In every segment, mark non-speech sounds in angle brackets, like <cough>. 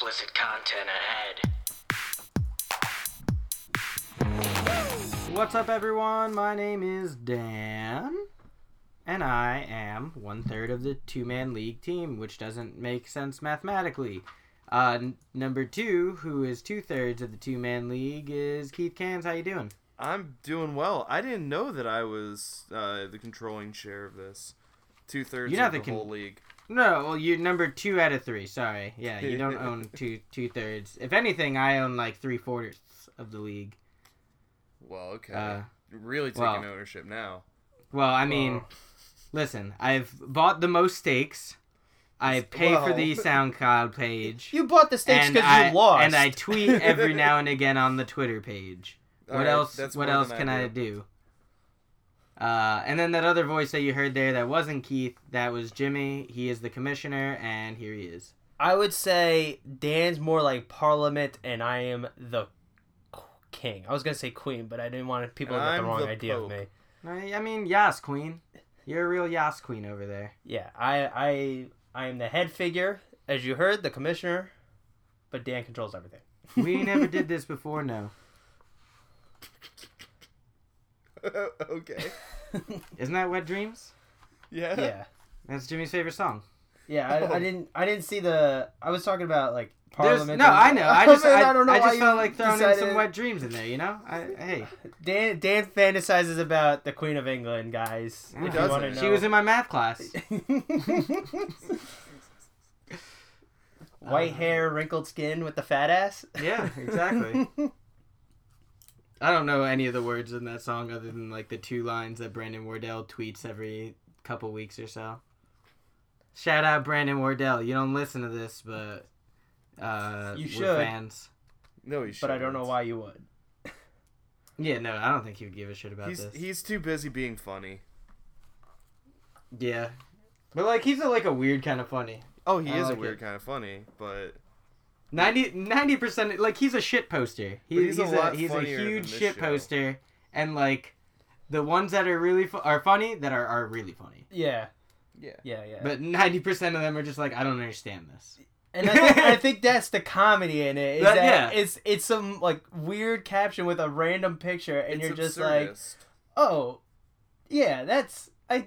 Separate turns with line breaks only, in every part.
Illicit content ahead.
What's up, everyone? My name is Dan, and I am one third of the two man league team, which doesn't make sense mathematically. Uh, n- number two, who is two thirds of the two man league, is Keith Cans. How you doing?
I'm doing well. I didn't know that I was uh, the controlling chair of this. Two thirds
You're not
of
the
the,
con-
whole league.
No, well, you're number two out of three. Sorry, yeah, you don't own two two thirds. If anything, I own like three quarters of the league.
Well, okay.
Uh,
You're really taking
well.
ownership now.
Well, I mean,
Well.
listen, I've bought the most stakes. I pay for the SoundCloud page.
You bought the stakes
and
because
I,
you lost.
And I tweet every now and again on the Twitter page.
All
What
right,
else?
that's
What
more
else
than
can
I
I do? Uh, and then that other voice that you heard there that wasn't Keith, that was Jimmy. He is the commissioner, and here he is.
I would say Dan's more like Parliament, and I am the king. I was gonna say queen, but I didn't want people to get
I'm
the wrong
the
idea
pope.
of me.
I, I mean, Yas Queen. You're a real Yas Queen over there.
Yeah, I, I, I am the head figure, as you heard, the commissioner, but Dan controls everything.
<laughs> We never did this before, no.
<laughs> okay.
Isn't that Wet Dreams?
Yeah.
Yeah,
That's Jimmy's favorite song.
yeah. I, I didn't, I didn't see the. I was talking about like
There's,
Parliament.
no, I know.
<laughs>
I just, I, I,
don't know why
just
you
felt like throwing in some
decided-
wet dreams in there, you know.
<laughs>
I, hey,
Dan, Dan fantasizes about the Queen of England, guys.
He
If you want to
doesn't.
know,
she was in my math class.
<laughs> White hair, wrinkled skin with the fat ass.
Yeah, exactly. I don't know any of the words in that song other than like the two lines that Brandon Wardell tweets every couple weeks or so. Shout out Brandon Wardell. You don't listen to this, but uh,
You
we're
should.
fans.
No, he
<laughs>
should.
but I don't know why you would.
Yeah, no, I don't think he would give a shit about
He's
this.
he's too busy being funny.
Yeah, but like he's a, like a weird kind of funny.
Oh, he
I
is
like
a weird
it.
kind of funny, but
90 percent like he's a shit poster. He,
But
he's,
he's
a,
a lot
he's a
funnier than
huge
this
shit
show.
poster, and like the ones that are really fu- are funny that are are really funny.
Yeah,
yeah.
yeah, yeah.
But ninety percent of them are just like, I don't understand this.
and I think, I think that's the comedy in it. Is
That-
that,
yeah.
It's it's some like weird caption with a random picture, and
It's
you're just like,
absurdist.
oh, yeah, that's I,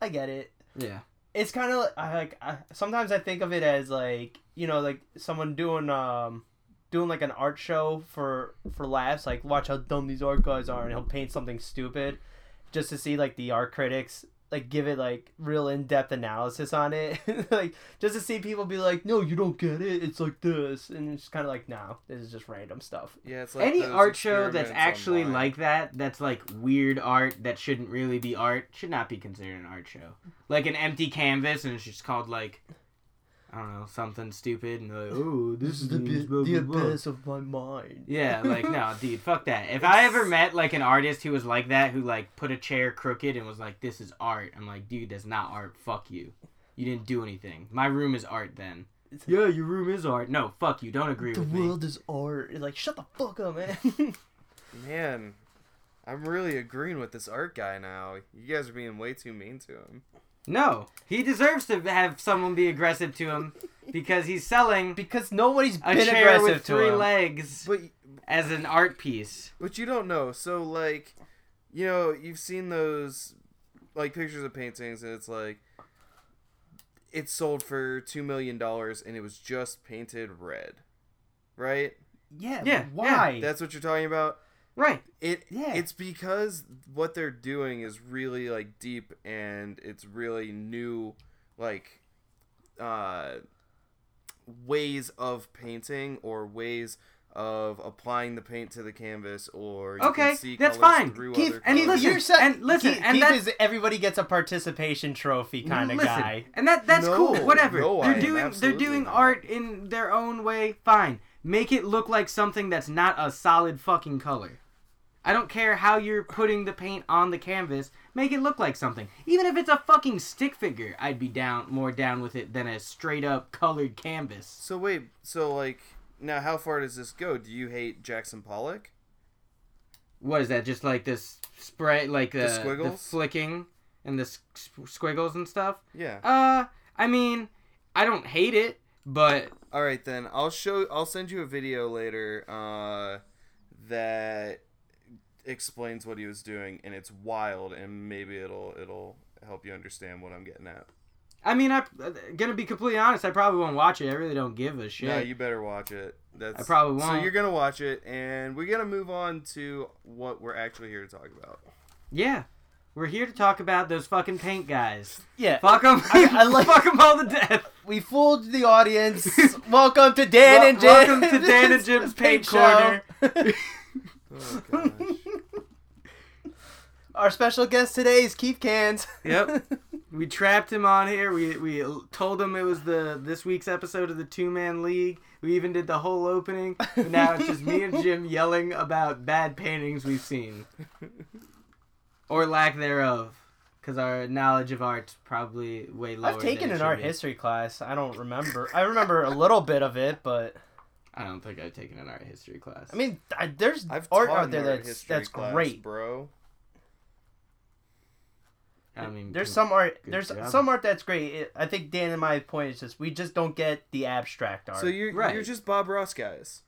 I get it.
Yeah.
It's kind of I like I, sometimes I think of it as like you know like someone doing um doing like an art show for for laughs like watch how dumb these art guys are and he'll paint something stupid just to see like the art critics like give it like real in-depth analysis on it <laughs> like just to see people be like no you don't get it it's like this and it's kind of like no this is just random stuff
yeah. It's like
Any
those
art show that's
experiments
actually
online.
like that, that's like weird art that shouldn't really be art, should not be considered an art show. Like an empty canvas and it's just called like I don't know, something stupid and they're like, oh, this, is the bit,
of my mind
Yeah,
<laughs>
like no, dude, fuck that. If I ever met like an artist who was like that, who like put a chair crooked and was like, "This is art," I'm like, dude, that's not art. Fuck you. You didn't do anything. My room is art. Then. Yeah, your room is art. No, fuck you. Don't agree
the
with me.
world is art It's like shut the fuck up man <laughs>
man. I'm really agreeing with this art guy now. You guys are being way too mean to him.
No, he deserves to have someone be aggressive to him because he's selling
because nobody's
a
been
chair
aggressive
with
to
three
him.
legs
But
as an art piece.
But you don't know. So like, you know, you've seen those like pictures of paintings, and it's like it sold for two million dollars, and it was just painted red, right?
yeah,
Yeah,
why
That's what you're talking about.
Right.
It
Yeah.
it's because what they're doing is really like deep, and it's really new, like, uh, ways of painting or ways. Of applying the paint to the canvas, or you
Okay,
can see
that's
colors
fine.
Through
Keith,
other
and
colors.
listen,
You're sa-
and listen,
Keith,
and
Keith
that-
is everybody gets a participation trophy kind of
Listen,
guy.
And that that's
No,
cool. Whatever.
no, I
they're
am
doing they're
absolutely
doing
not.
art in their own way. Fine. Make it look like something that's not a solid fucking color. I don't care how you're putting the paint on the canvas. Make it look like something. Even if it's a fucking stick figure, I'd be down more down with it than a straight up colored canvas.
So wait, so like now, how far does this go? Do you hate Jackson Pollock?
What is that? Just like this spray, like the, the,
squiggles?
flicking and the s- squiggles and stuff.
Yeah.
Uh, I mean, I don't hate it, But
All right then. I'll show. I'll send you a video later uh, that explains what he was doing, and it's wild, and maybe it'll it'll help you understand what I'm getting at.
I mean, I gonna be completely honest. I probably won't watch it. I really don't give a shit.
Yeah, you better watch it. That's
I probably
So
won't.
you're gonna watch it, and we're gonna move on to what we're actually here to talk about.
yeah, we're here to talk about those fucking paint guys.
Yeah.
Fuck them.
I- I
<laughs>
like-
fuck them all to death.
We fooled the
<laughs>
audience. Welcome to Dan
Wel-
and Jim. <laughs>
welcome to Dan and Jim's Paint Corner.
Oh gosh.
Our special guest today is Keith Cans.
<laughs>
<laughs>
Yep. we trapped him on here. We we told him it was the this week's episode of the Two Man League. We even did the whole opening. But now it's just me and Jim yelling about bad paintings we've seen, or lack thereof, because our knowledge of art's probably way lower.
I've taken
than it
an
should
art
be.
history class. I don't remember. I remember a little bit of it, but
I don't think I've taken an art history class.
I mean, I, there's
I've
art
taught
out there
an art
that's
history
that's
class,
great.
bro.
I mean,
There's
can-
some art.
good
there's
job.
some art that's great. It, I think Dan and my point is just we just don't get the abstract art.
So you're
Right.
you're just Bob Ross guys.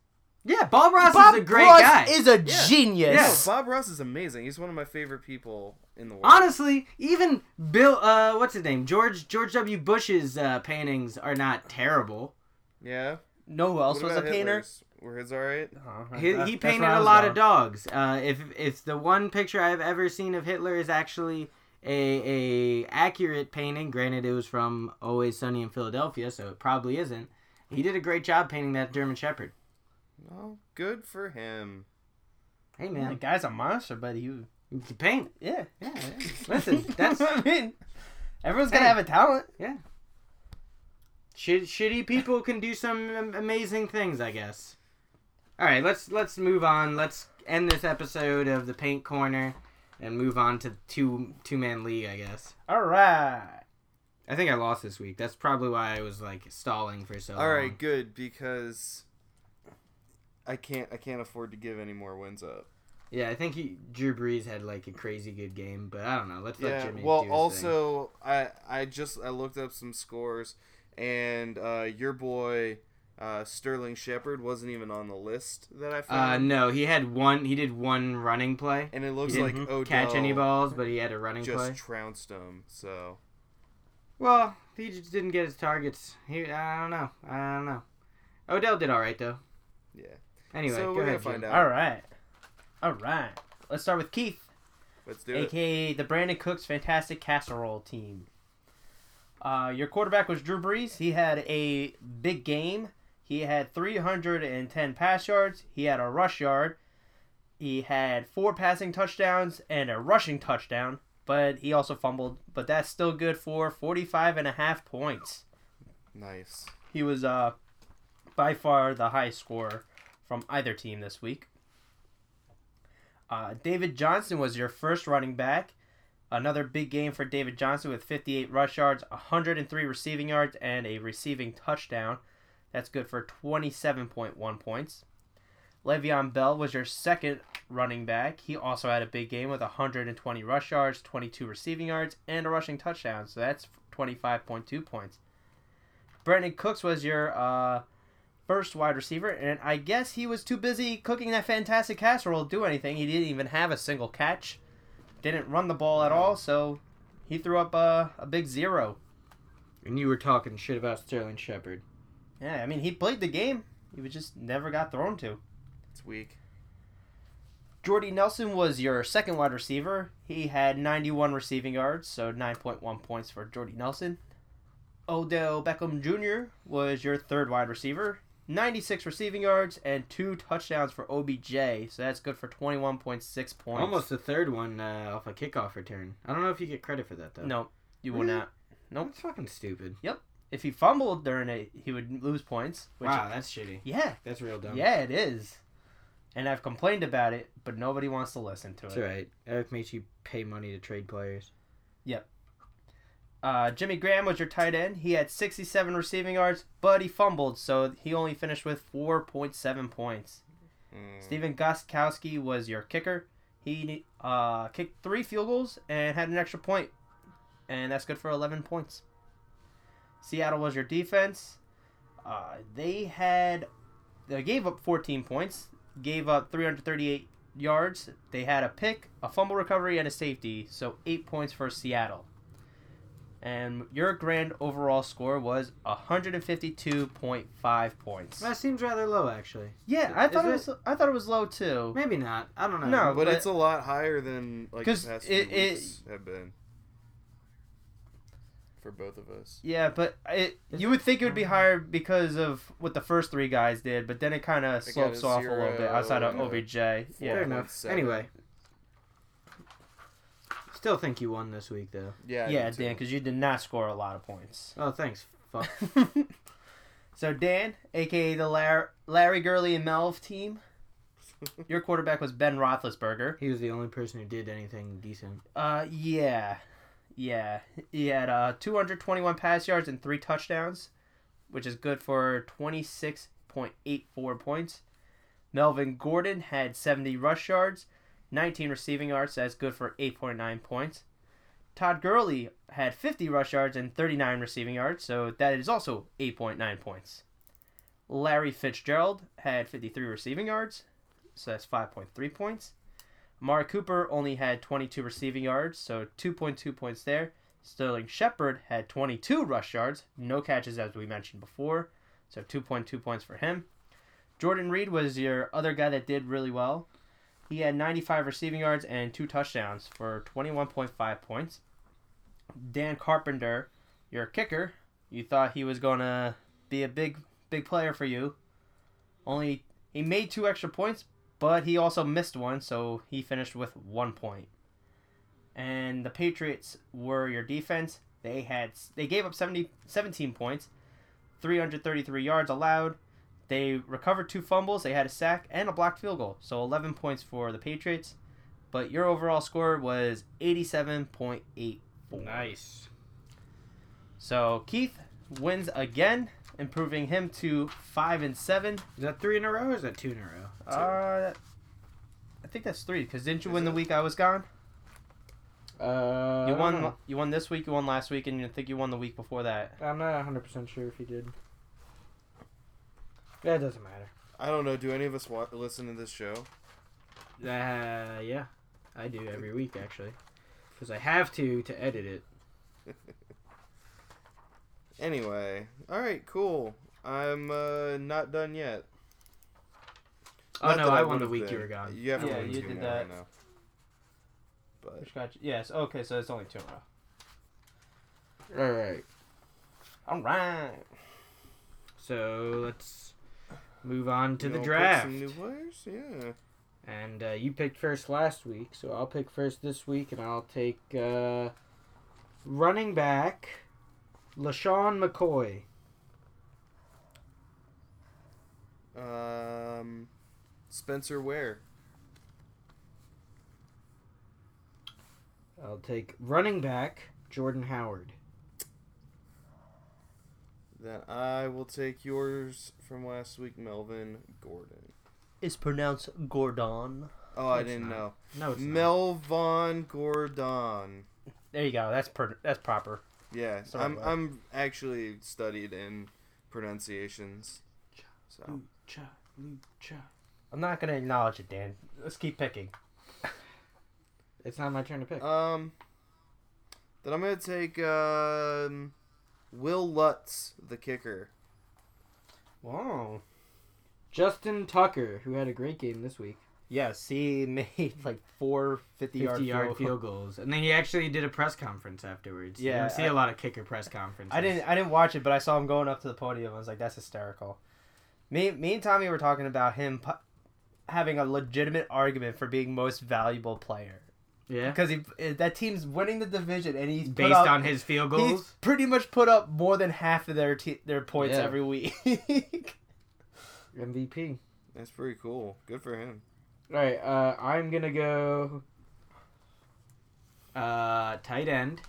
Yeah, Bob Ross
Bob
is a great
Ross
guy.
is a
Yeah.
genius.
No,
Yes.
Bob Ross is amazing. He's one of my favorite people in the world.
Honestly, even Bill, uh, what's his name, George George W. Bush's uh, paintings are not terrible.
Yeah.
No, who else
What
was a
about
painter?
Hitler's? Were his all right?
Oh,
He,
that-
he
that's where
painted
I
a
was
lot
going.
of dogs. Uh, if if the one picture I've ever seen of Hitler is actually a a accurate painting, granted it was from Always Sunny in Philadelphia, so it probably isn't. He did a great job painting that German Shepherd.
Well, good for him.
Hey
Yeah, the
man,
guy's a monster, but he
you can paint.
yeah.
Yeah, yeah.
<laughs>
listen, that's
I mean, everyone's
Hey.
gonna have a talent.
Shit, shitty people can do some am- amazing things, I guess. All right, let's let's move on. Let's end this episode of the Paint Corner and move on to two two man league, I guess.
All right.
I think I lost this week. That's probably why I was like stalling for so
All
long.
right, good because I can't I can't afford to give any more wins up.
Yeah, I think he, Drew Brees had like a crazy good game, but I don't know. Let's let
yeah.
Jimmy. do
Well,
his thing.
also I I just I looked up some scores and uh, your boy uh, Sterling Shepard wasn't even on the list that I
Uh,
found.
no, he had one. He did one running play.
and um, it looks
he
like
didn't
Odell
catch any balls, but he had a running
just
play.
trounced him. So
Well, he just didn't get his targets. He, I don't know. I don't know. Odell did all right though.
yeah.
Anyway,
so
go
we're
ahead.
gonna find
Jim.
out.
All right. All right. Let's start with Keith,
Let's do it.
aka the Brandon Cooks Fantastic Casserole Team. Uh, your quarterback was Drew Brees. He had a big game. He had 310 pass yards. He had a rush yard. He had four passing touchdowns and a rushing touchdown, but he also fumbled. But that's still good for 45 and a half points.
Nice.
He was uh, by far the highest scorer from either team this week. Uh, David Johnson was your first running back. Another big game for David Johnson with 58 rush yards, 103 receiving yards, and a receiving touchdown. That's good for 27.1 points. Le'Veon Bell was your second running back. He also had a big game with 120 rush yards, 22 receiving yards, and a rushing touchdown. So that's 25.2 points. Brandon Cooks was your uh, first wide receiver, and I guess he was too busy cooking that fantastic casserole to do anything. He didn't even have a single catch, didn't run the ball at all, so he threw up a, a big zero.
And you were talking shit about Sterling Shepard.
Yeah, I mean, he played the game. He was just never got thrown to.
It's weak.
Jordy Nelson was your second wide receiver. He had 91 receiving yards, so 9.1 points for Jordy Nelson. Odell Beckham Jr. was your third wide receiver. 96 receiving yards and two touchdowns for OBJ, so that's good for 21.6 points.
Almost the third one uh, off a kickoff return. I don't know if you get credit for that though.
No, you will
Really?
not. Nope.
That's fucking stupid.
If he fumbled during it, he would lose points. Which
wow, that's shitty.
Yeah,
That's real dumb.
yeah, it is. And I've complained about it, but nobody wants to listen to it.
It's alright. Eric makes you pay money to trade players.
Uh, Jimmy Graham was your tight end. He had 67 receiving yards, but he fumbled, so he only finished with 4.7 points.
Mm.
Steven Goskowski was your kicker. He uh, kicked three field goals and had an extra point, and that's good for 11 points. Seattle was your defense. Uh, they had they gave up 14 points, gave up 338 yards. They had a pick, a fumble recovery, and a safety, so eight points for Seattle. And your grand overall score was 152.5 points.
That seems rather low, actually.
yeah, I thought it
is
was I thought it was low too.
Maybe not. I don't know.
No,
But,
But-
it's a lot higher than like
'Cause
the past
it-
few
it-
weeks have been for both of us.
Yeah, but it
Is
you would think it would be higher because of what the first three guys did, but then it kind of
got
slopes
a
off a little bit
zero
outside of
and a
OBJ.
Fair
Yeah.
point
enough.
seven.
Anyway. Still think you won this week, though.
Yeah. I
Yeah,
do too.
Dan, because you did not score a lot of points.
<laughs>
Oh, thanks. Fuck.
so Dan, aka the Lar- Larry Gurley and Melv team, your quarterback was Ben Roethlisberger.
he was the only person who did anything decent.
Uh, yeah, yeah, he had uh 221 pass yards and three touchdowns, which is good for 26.84 points. Melvin Gordon had 70 rush yards, 19 receiving yards. That's good for 8.9 points. Todd Gurley had 50 rush yards and 39 receiving yards, so that is also 8.9 points. Larry Fitzgerald had 53 receiving yards, so that's 5.3 points. Amari Cooper only had 22 receiving yards, so 2.2 points there. Sterling Shepard had 22 rush yards, no catches as we mentioned before, so 2.2 points for him. Jordan Reed was your other guy that did really well. He had 95 receiving yards and two touchdowns for 21.5 points. Dan Carpenter, your kicker, you thought he was going to be a big big player for you. Only he made two extra points, but he also missed one, so he finished with one point. And the Patriots were your defense. They had they gave up 70, 17 points, 333 yards allowed. They recovered two fumbles. They had a sack and a blocked field goal, so 11 points for the Patriots. But your overall score was 87.84.
Nice.
So Keith wins again, improving him to five and seven.
Is that three in a row or is that two in a row?
Uh, I think that's three. Cause didn't you
Is
win the
it?
week I was gone?
Uh,
You won. You won this week. You won last week, and I think you won the week before that.
I'm not 100% sure if he did. That doesn't matter.
<laughs> I don't know. Do any of us wa listen to this show?
Uh, yeah. I do every week, actually. Because I have to to edit it.
Anyway, all right, cool. I'm uh, not done yet.
Oh,
Not
no,
that
I won the
would've
week you
been.
were gone.
You have to
Yeah,
win
you
two
did
more
that.
right now. But
Which got you- Yes. Okay. So it's only two in a row.
All right.
All right.
So let's move on to
you
the
know, pick
draft.
Some new players, yeah.
And uh, you picked first last week, so I'll pick first this week, and I'll take uh, running back LaShawn McCoy.
Um, Spencer Ware.
I'll take running back Jordan Howard.
Then I will take yours from last week, Melvin Gordon.
It's pronounced Gordon.
Oh, I
It's
didn't
not.
know.
No, it's not.
Melvon Gordon.
There you go. That's per. That's proper.
Yeah,
Sorry,
I'm.
bud.
I'm actually studied in pronunciations. So
Lucha, lucha.
I'm not gonna acknowledge it, Dan. Let's keep picking.
It's not my turn to pick.
Um, then I'm gonna take um, Will Lutz, the kicker.
Wow.
Justin Tucker, who had a great game this week.
Yes. He <laughs> made like four 50
50
yard
yard
field.
field. goals. And then he actually did a press conference afterwards. Yeah. You
Yeah,
don't see
I-
a lot of kicker press conferences.
I didn't I didn't watch it, but I saw him going up to the podium. I was like, that's hysterical. Me me and Tommy were talking about him pu- having a legitimate argument for being most valuable player
Yeah.
because he that team's winning the division and he's put
Based
up-
on his field
He's
goals.
pretty much put up more than half of their te- their points
Yeah.
every week. <laughs>
MVP.
That's pretty cool. Good for him.
All right, uh, I'm gonna go. Uh, tight end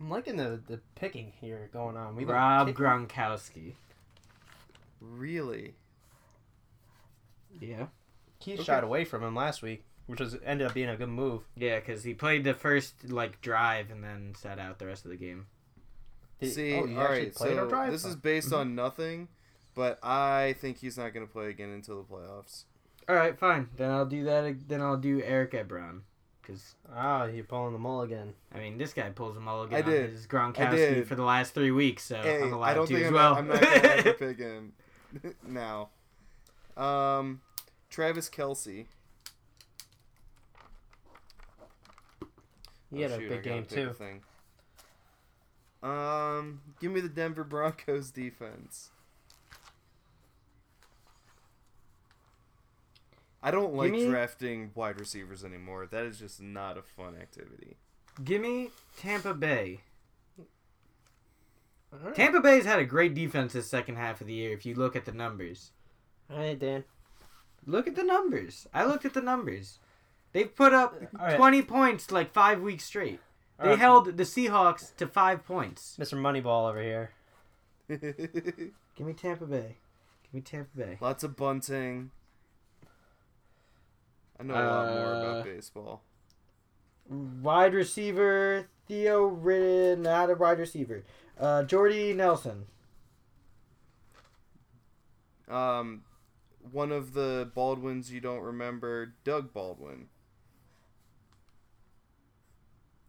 I'm liking the, the picking here going on. We
Rob Gronkowski.
Really?
Yeah,
Keith
Okay.
shot away from him last week, which was ended up being a good move.
yeah, because he played the first like drive and then sat out the rest of the game.
Did-
See,
oh, you
all
actually
right.
played or
So
drive?
this
Oh.
is based on nothing, but I think he's not going to play again until the playoffs.
All right, fine. Then I'll do that. ag- Then I'll do Eric Ebron. Because
Ah, you're pulling the mulligan.
I mean, this guy pulls a mulligan
I
on
did.
his
I
Gronkowski
did.
for the last three weeks, so
Hey,
I'm allowed
I don't
to
think
as
I'm,
well.
I'm not going to
<laughs>
ever pick him <laughs> now. Um, Travis Kelsey.
Oh,
He
Oh,
had a big game too.
Thing. Um, give me the Denver Broncos defense. I don't like
me-
drafting wide receivers anymore. That is just not a fun activity. <laughs>
Give me Tampa Bay.
All right.
Tampa Bay's had a great defense this second half of the year. If you look at the numbers,
All right, Dan.
look at the numbers. I looked at the numbers. They've put up
All right.
20 points like five weeks straight.
All
They
right.
held the Seahawks to five points.
Mr. Moneyball over here.
Give me Tampa Bay. Give me Tampa Bay.
Lots of bunting. I know a lot more
Uh,
about baseball.
Wide receiver Theo Ridden, not a wide receiver. Uh, Jordy Nelson.
Um, one of the Baldwins you don't remember, Doug Baldwin.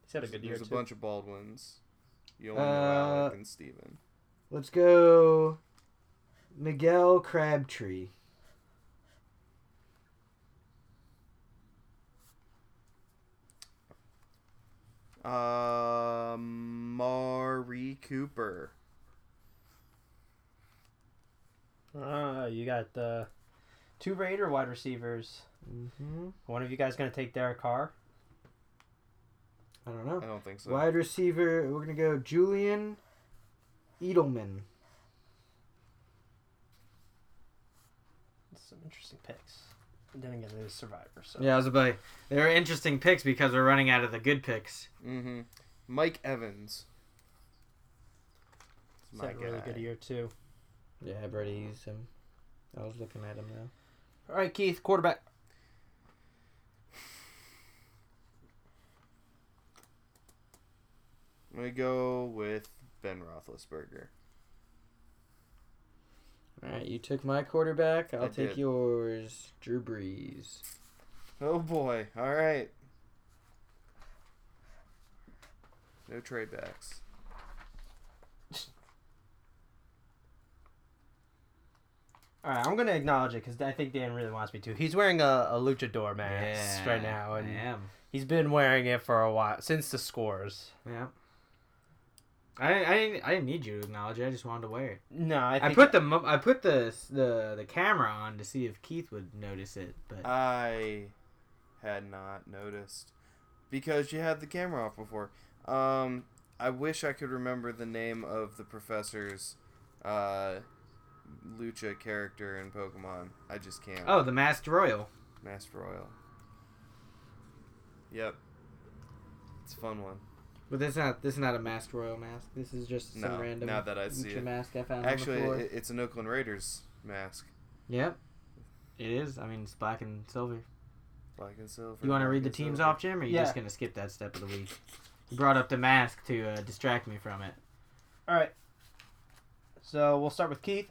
He's had a good year
There's
too.
a bunch of Baldwins. You only know
Uh,
Alec and Steven.
Let's go. Miguel Crabtree.
Uh, Mari Cooper.
Ah, you got uh, two Raider wide receivers.
Mm-hmm.
One of you guys gonna take Derek Carr?
I don't know.
I don't think so.
Wide receiver, we're gonna go Julian Edelman.
Some interesting picks. And then again, there's Survivor. So
Yeah, I was about. They were interesting picks because we're running out of the good picks.
Mm-hmm. Mike Evans.
he's
It's
had a really good year too.
Yeah, I've already used him. I was looking at him now.
All right, Keith, quarterback.
I'm gonna go with Ben Roethlisberger.
All right, you took my quarterback. I'll
I
take
did.
yours, Drew Brees.
Oh boy! All right. No trade backs.
All right, I'm gonna acknowledge it because I think Dan really wants me to. He's wearing a, a luchador mask
Yeah,
right now, and
I am.
he's been wearing it for a while since the scores.
Yeah. I, I, didn't- I didn't need you to acknowledge it. I just wanted to wear it.
No, I,
I,
think
put the mo- I put the, the the camera on to see if Keith would notice it, but
Uh, I had not noticed because you had the camera off before. Um, I wish I could remember the name of the professor's uh, lucha character in Pokemon. I just can't.
oh, the Masked Royal.
Master Royal. Yep. It's a fun one.
But this is not this is not a Masked Royal mask. This is just some
No,
random
now that I see
lucha
it.
mask I found
Actually,
on the floor.
it, it's an Oakland Raiders mask,
yep. It is. I mean, it's black and silver.
black and silver.
You want to
black
read the
and
teams
silver.
off, Jim, or are you just
Yeah.
gonna skip that step of the week? You brought up the mask to uh, distract me from it.
All right. So we'll start with Keith.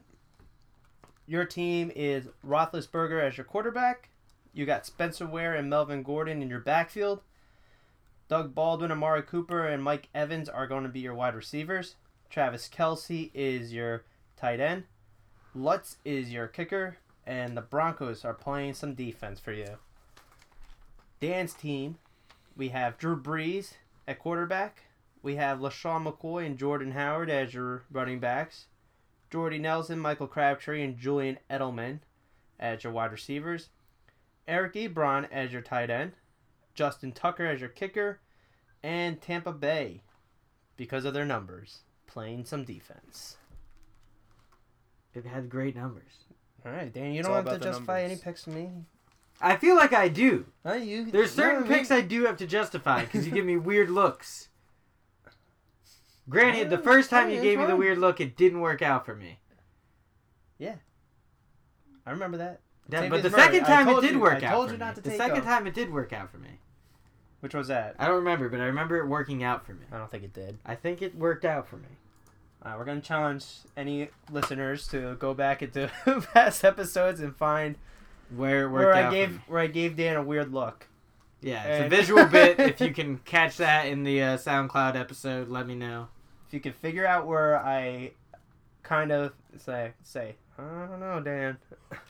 Your team is Roethlisberger as your quarterback. You got Spencer Ware and Melvin Gordon in your backfield. Doug Baldwin, Amari Cooper, and Mike Evans are going to be your wide receivers. Travis Kelsey is your tight end. Lutz is your kicker. And the Broncos are playing some defense for you. Dan's team, we have Drew Brees at quarterback. We have LaShawn McCoy and Jordan Howard as your running backs. Jordy Nelson, Michael Crabtree, and Julian Edelman as your wide receivers. Eric Ebron as your tight end. Justin Tucker as your kicker. And Tampa Bay, because of their numbers, playing some defense.
It had great numbers.
All right, Dan, you
It's all
don't
about
have to
the
justify
numbers.
any picks to me.
I feel like I do.
No, you,
There's certain
no,
picks I do have to justify because you give me weird looks. Granted, the
Yeah,
first time
hey,
you
it's
gave me the
fine.
weird look, it didn't work out for me.
I remember that.
That,
Same
but
as
the
Murray.
second
I
time it
told
did
you-
work
I
out.
told
for
you not
me.
to
The
take
second
a-
time it did work out for me.
Which was that?
I don't remember, but I remember it working out for me.
I don't think it did.
I think it worked out for me.
Uh, we're gonna challenge any listeners to go back into <laughs> past episodes and find
Where
where I gave where I gave Dan a weird look.
yeah, it's a
and-
visual bit.
<laughs>
If you can catch that in the uh, SoundCloud episode, let me know.
If you can figure out where I kind of say say I don't know, Dan.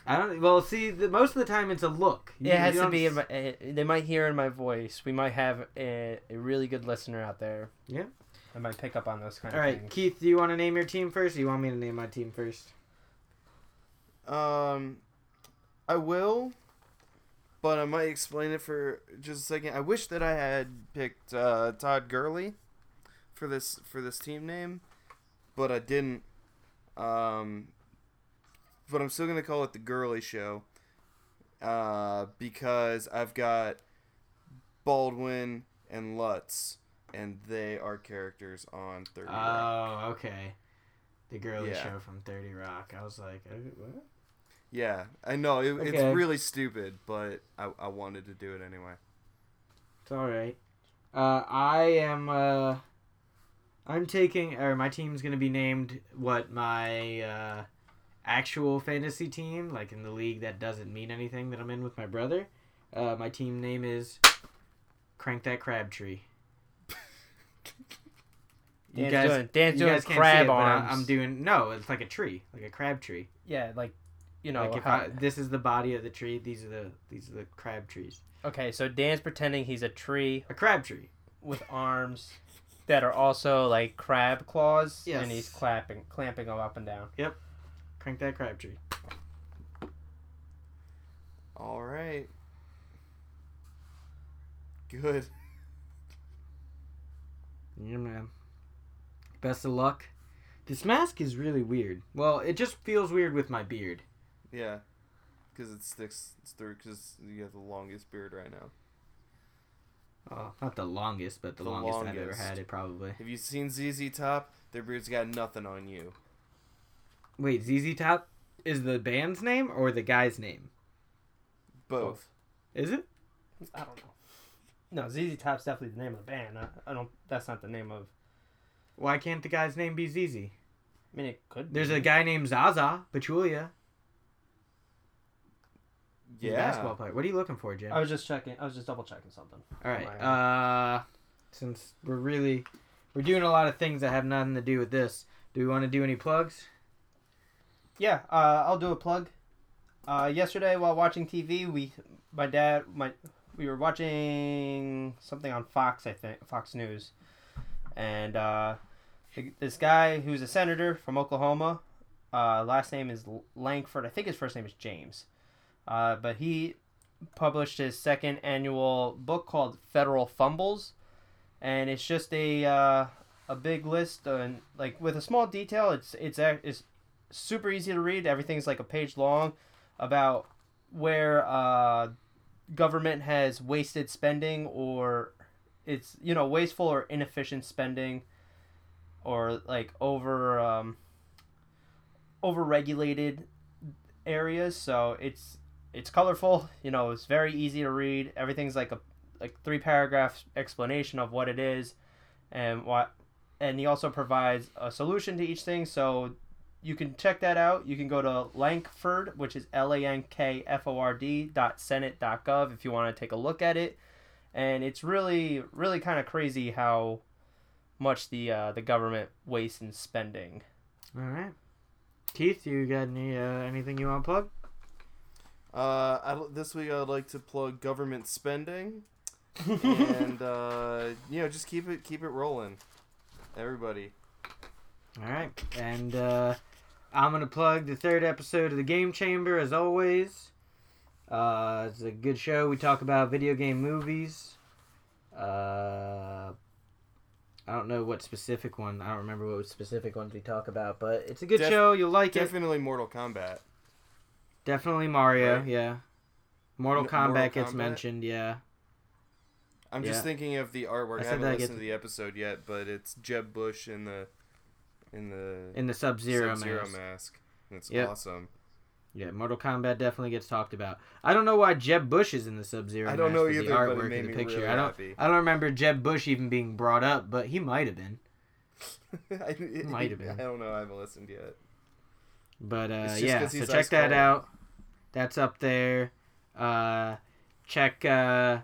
I don't. Well, see, the, most of the time it's a look. You-
It has
you
to
don't
be.
s-
In my, eh, they might hear in my voice. We might have a, a really good listener out there.
Yeah.
I might pick up on those kind
All
of
right,
things.
Keith, do you want to name your team first? Or you want me to name my team first?
Um, I will, but I might explain it for just a second. I wish that I had picked uh, Todd Gurley for this for this team name, but I didn't. Um, but I'm still gonna call it the Gurley Show, uh, because I've got Baldwin and Lutz, and they are characters on Thirty Rock.
Oh, okay. The girly
Yeah.
show from Thirty Rock. I was like, "Uh, what?
Yeah, I know it,
Okay.
it's really stupid, but I, I wanted to do it anyway.
It's all right. Uh, I am. Uh, I'm taking, or my team's gonna be named what my uh, actual fantasy team, like in the league that doesn't mean anything that I'm in with my brother. Uh, my team name is Crank That
<laughs>
Crab Tree.
Dan's
You guys,
doing, Dan's
you
doing
guys can't
crab
see it, but I-
arms.
I'm doing no. It's like a tree, like a crab tree.
Yeah, like you know.
like if
how-
I, this is the body of the tree. These are the these are the crab trees.
okay, so Dan's pretending he's a tree
A crab tree.
with arms that are also like crab claws,
Yes.
and he's clapping, clamping them up and down.
Crank that crab tree.
All right. Good. <laughs>
Yeah, man. Best of luck. This mask is really weird. Well, it just feels weird with my beard.
Yeah. Because it sticks through, because you have the longest beard right now.
Oh, not the longest, but the,
The
longest, I've ever
longest.
had it probably.
Have you seen ZZ Top? Their beard's got nothing on you.
Wait, ZZ Top is the band's name or the guy's name?
Both.
Is it?
I don't know. No, ZZ Top's definitely the name of the band. I, I don't. That's not the name of.
Why can't the guy's name be ZZ?
I mean, it could.
There's
be.
a guy named Zaza Pachulia. He's a
Yeah.
Oh, Basketball player. What are you looking for, Jim?
I was just checking. I was just double checking something.
All right.
Right.
Uh, since we're really we're doing a lot of things that have nothing to do with this, do we want to do any plugs?
Yeah, uh, I'll do a plug. Uh, yesterday, while watching TV, we, my dad, my, we were watching something on Fox, I think, Fox News, and uh, th- this guy who's a senator from Oklahoma, uh, last name is L- Langford. I think his first name is James, uh, but he published his second annual book called Federal Fumbles, and it's just a uh, a big list and like with a small detail. It's it's a- it's super easy to read. Everything's like a page long about where uh, government has wasted spending or it's you know wasteful or inefficient spending or like over um, over regulated areas. So it's it's colorful. You know, it's very easy to read. Everything's like a like three paragraph explanation of what it is and what and he also provides a solution to each thing so you can check that out. You can go to Lankford, which is L A N K F O R D dot Senate dot gov if you want to take a look at it. And it's really, really kind of crazy how much the uh, the government wastes in spending.
All right. Keith, you got any uh, anything you want to plug?
Uh, I, this week I'd like to plug
<laughs>
government spending, and uh, you know just keep it keep it rolling, everybody.
All right. And uh, I'm going to plug the third episode of the Game Chamber, as always. Uh, it's a good show. We talk about video game movies. Uh, I don't know what specific one. I don't remember what specific ones we talk about, but it's a good
Def-
show. You'll like it.
Definitely Mortal Kombat.
Definitely Mario,
Right?
yeah. Mortal
M-
Kombat
Mortal
gets
Kombat?
mentioned, yeah.
I'm
Yeah.
just thinking of the artwork.
I
I,
said
haven't
that I
listened
get-
to the episode yet, but it's Jeb Bush in the in the
In the Sub Zero
Sub-Zero
mask.
mask. That's
Yep.
awesome.
Yeah, Mortal Kombat definitely gets talked about. I don't know why Jeb Bush is in the Sub Zero.
I don't know either, but it made me
<laughs>
really
I don't.
happy. <laughs>
I don't remember Jeb Bush even being brought up, but he might have been.
I,
Might have been.
I don't know. I haven't listened yet.
But uh,
It's just
yeah,
'cause
so
he's
check
ice
that
cold.
out. That's up there. Uh, check uh,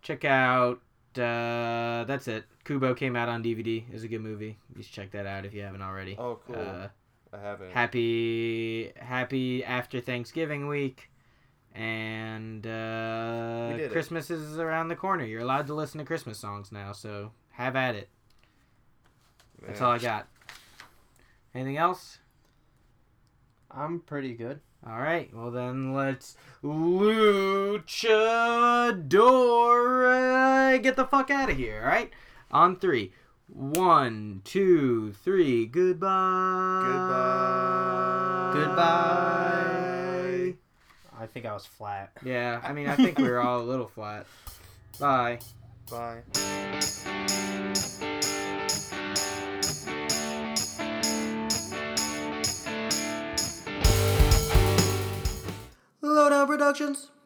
check out. Uh, that's it. Kubo came out on DVD. It was a good movie. You should check that out if you haven't already.
Oh, cool.
Uh,
I haven't.
happy happy after Thanksgiving week, and uh,
We did it.
Christmas is around the corner. You're allowed to listen to Christmas songs now, so have at it. That's
Yeah.
all I got. Anything else?
I'm pretty good.
All right, well then let's luchador get the fuck out of here. All right, on three, one, two, three. Goodbye.
Goodbye.
Goodbye.
I think I was flat.
Yeah, I mean I think we were all a little flat. Bye.
Bye.
Lowdown Productions.